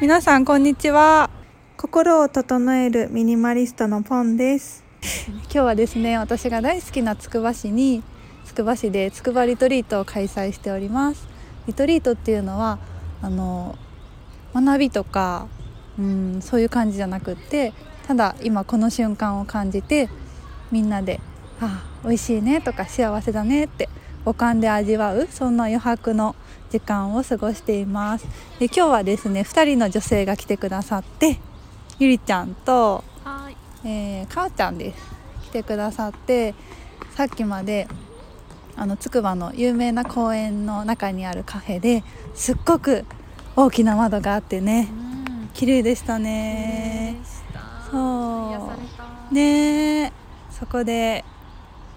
皆さんこんにちは心を整えるミニマリストのポンです今日はですね私が大好きなつくば市につくば市でつくばリトリートを開催しておりますリトリートっていうのはあの学びとかうんそういう感じじゃなくってただ今この瞬間を感じてみんなで「ああ美味しいね」とか「幸せだね」って五感で味わうそんな余白の時間を過ごしていますで今日はですね2人の女性が来てくださってゆりちゃんとはいえー、かおちゃんです来てくださってさっきまであのつくばの有名な公園の中にあるカフェですっごく大きな窓があってね綺麗でしたねそう癒されたねえそこで、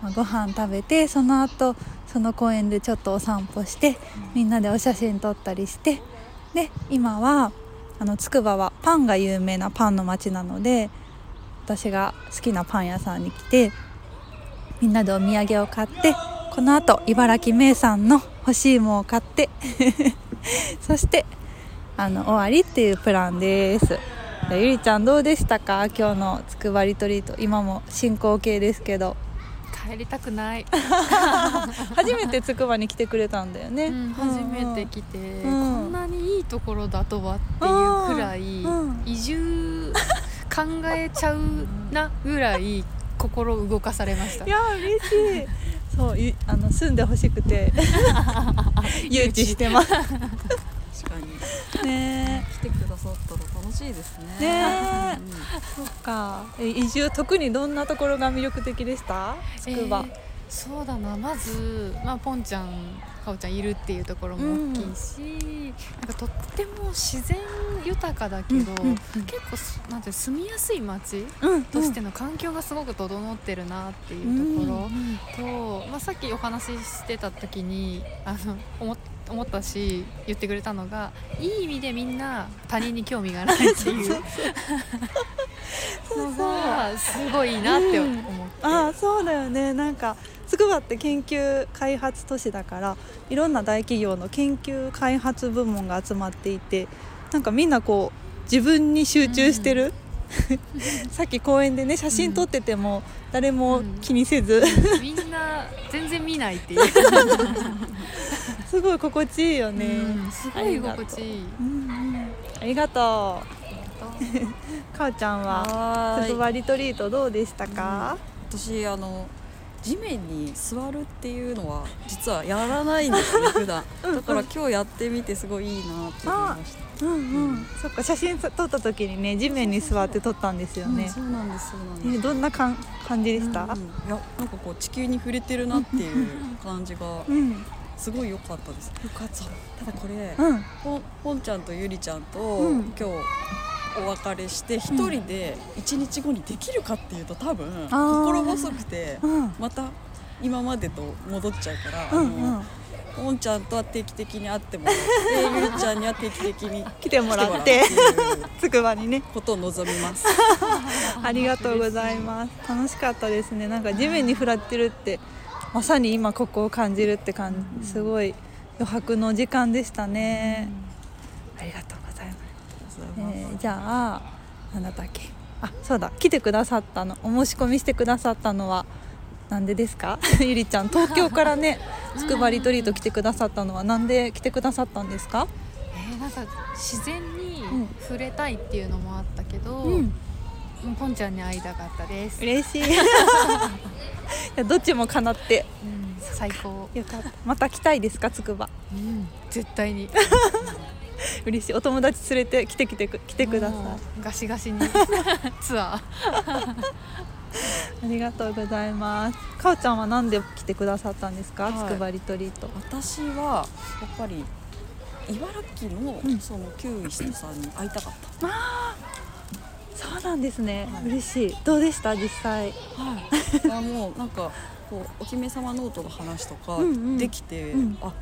まあ、ご飯食べてその後その公園でちょっとお散歩してみんなでお写真撮ったりしてで今はあのつくばはパンが有名なパンの町なので私が好きなパン屋さんに来てみんなでお土産を買ってこのあと茨城名産の干し芋を買って そしてあの終わりっていうプランです。ゆりちゃんどうでしたか今日のつくばリトリート今も進行形ですけど帰りたくない、初めてつくばに来てくれたんだよね、うん初めて来て、んこんなにいいところだとはっていうくらい、うん移住考えちゃうなぐらい心動かされましたいや嬉しいそうゆあの住んでほしくて 誘致してます確かにね来てくださったら楽しいですね。ねえうんそっかえ移住特にどんなところが魅力的でしたつくばえー、そうだなまず、まあ、ポンちゃんかおちゃんいるっていうところも大きいし、なんかとっても自然豊かだけど、うんうんうん結構すなんて住みやすい街うんとしての環境がすごく整ってるなっていうところ、と、まあ、さっきお話ししてた時にあの思思ったし言ってくれたのがいい意味でみんな他人に興味がないっていうのがすごいいいなって思って、ああそうだよねなんかつくばって研究開発都市だからいろんな大企業の研究開発部門が集まっていてなんかみんなこう自分に集中してる、 さっき公園でね写真撮ってても誰も気にせず、みんな全然見ないっていう、すごい心地いいよね、うんすごい居心地いい。うんうんありがとうかおちゃんははつくーい。ばリトリートどうでしたか、私あの地面に座るっていうのは実はやらないんです ね普段。だから今日やってみてすごいいいなって思いました。うんうん、そっか写真撮った時にね地面に座って撮ったんですようねん、そうなんですそうなんでねす。どんなかん感じでした、うんうんいやなんかこう地球に触れてるなっていう感じがうん、すごい良かったです。そうただこれうん、ポンポンちゃんとゆりちゃんと、うん今日お別れして一人で一日後にできるかっていうと多分、ー心細くてうん、また今までと戻っちゃうから、うあん、うのん、ポンちゃんとは定期的に会ってもらってゆりちゃんには定期的に来来ててももららうっっててい、うつくばにね、ことを望みます。 ありがとうございます。楽しかったですね。なんか地面にフラってるって、まさに今ここを感じるって感じ、すごい余白の時間でしたね。ありがとうございます。えーじゃあなんだったっけあそうだ来てくださったのお申し込みしてくださったのはなんでですか ゆりちゃん東京からねつくばリトリート来てくださったのはなんで来てくださったんですか、えーなんか自然に触れたいっていうのもあったけど、うんもうポンちゃんに会いたかったです、嬉しいいやどっちもかなってうん最高、よかったまた来たいですかつくばうん絶対に嬉しいお友達連れて来てきてく来てくださいいガシガ シにツアーありがとうございますかおちゃんはなんで来てくださったんですかはいつくばリトリート私はやっぱり茨城のうんそのキュウイストさんに会いたかった。そうなんですね、はい嬉しいどうでした実際はい、いやもうなんかこうお姫様ノートの話とかうんうんできて、うんあ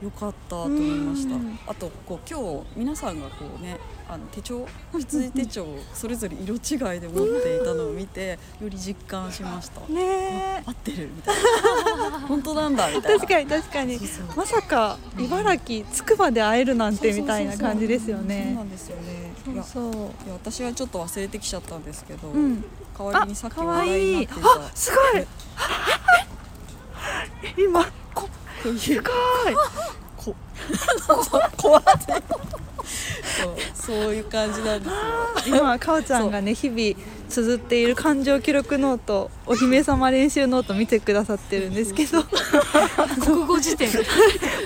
良かったと思いましたうんあとこう今日皆さんがこうねあの手帳羊手帳をそれぞれ色違いで持っていたのを見てより実感しましたね合ってるみたい な本当なんだみたいな確かに確かにそうそうまさか茨城つくばで会えるなんてみたいな感じですよそうねなんですよねいそうやそういや私はちょっと話忘れてきちゃったんですけど、うん代わりにさっきあ可話題に愛ないっていたあすごい今ここういうすごいこ怖ってそうそういう感じなんですよ今かおちゃんがね日々綴っている感情記録ノートお姫様練習ノート見てくださってるんですけど国語辞典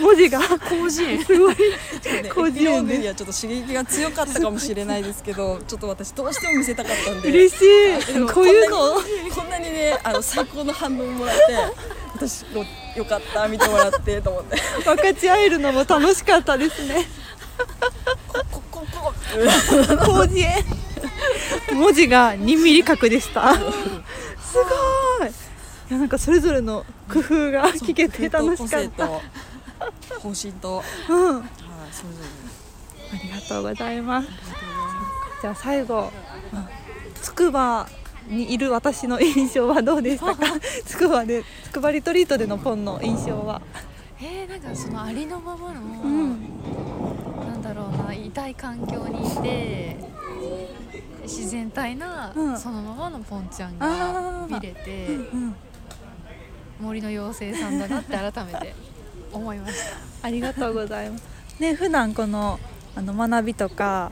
文字が広辞苑すごいね広エ辞ピロー苑グでにはちょっと刺激が強かったかもしれないですけどちょっと私どうしても見せたかったんで嬉しでいもこういうのこんなにねあの最高の反応もらって私こうよかった見てもらってと思って分かち合えるのも楽しかったですねこここ広辞苑文字が2ミリ角で したすごいいやなんかそれぞれの工夫が聞けて楽しかった、うん、あ個性と方針とはいそれぞりがとうございますれありがとうございますじゃあ最後まあつくばにいる私の印象はどうでしたか つくばでつくばリトリートでのポンの印象は えー、なんかそのありのままの、んなんだろうな痛い環境にいて自然体な、うんそのままのポンちゃんあがー見れて、うん森の妖精さんだなって改め て思いました。ありがとうございますね普段このあの学びとか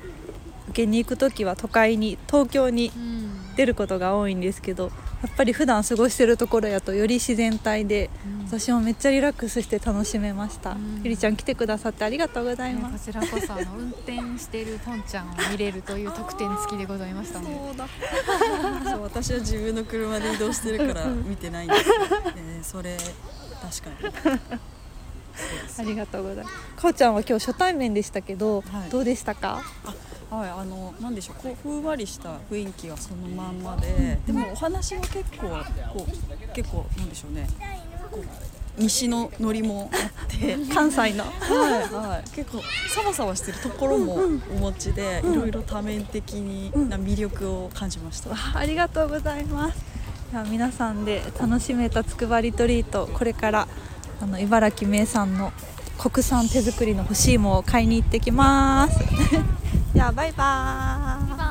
受けに行く時は都会に東京にうん出ることが多いんですけどやっぱり普段過ごしてるところやとより自然体でうん私もめっちゃリラックスして楽しめました、うんゆりちゃん来てくださってありがとうございねまこす、ちらこそあの運転しているポンちゃんを見れるという特典付きでございましたね。そうだそう私は自分の車で移動してるから見てないんですけど、えーそれ確かにそうですありがとうございますかおちゃんは今日初対面でしたけど、はいどうでしたかはい、あのなんでしょうこうふんわりした雰囲気がそのまんまででもお話は結構こう結構なんでしょうねこう西のノリもあって。関西のはいはい、結構サバサバしてるところもお持ちで、いろいろ多面的にな魅力を感じました、 ありがとうございます。では皆さんで楽しめたつくばリトリート、これからあの茨城名産の国 産手作りの干し芋を買いに行ってきます。じゃあバイバーイ。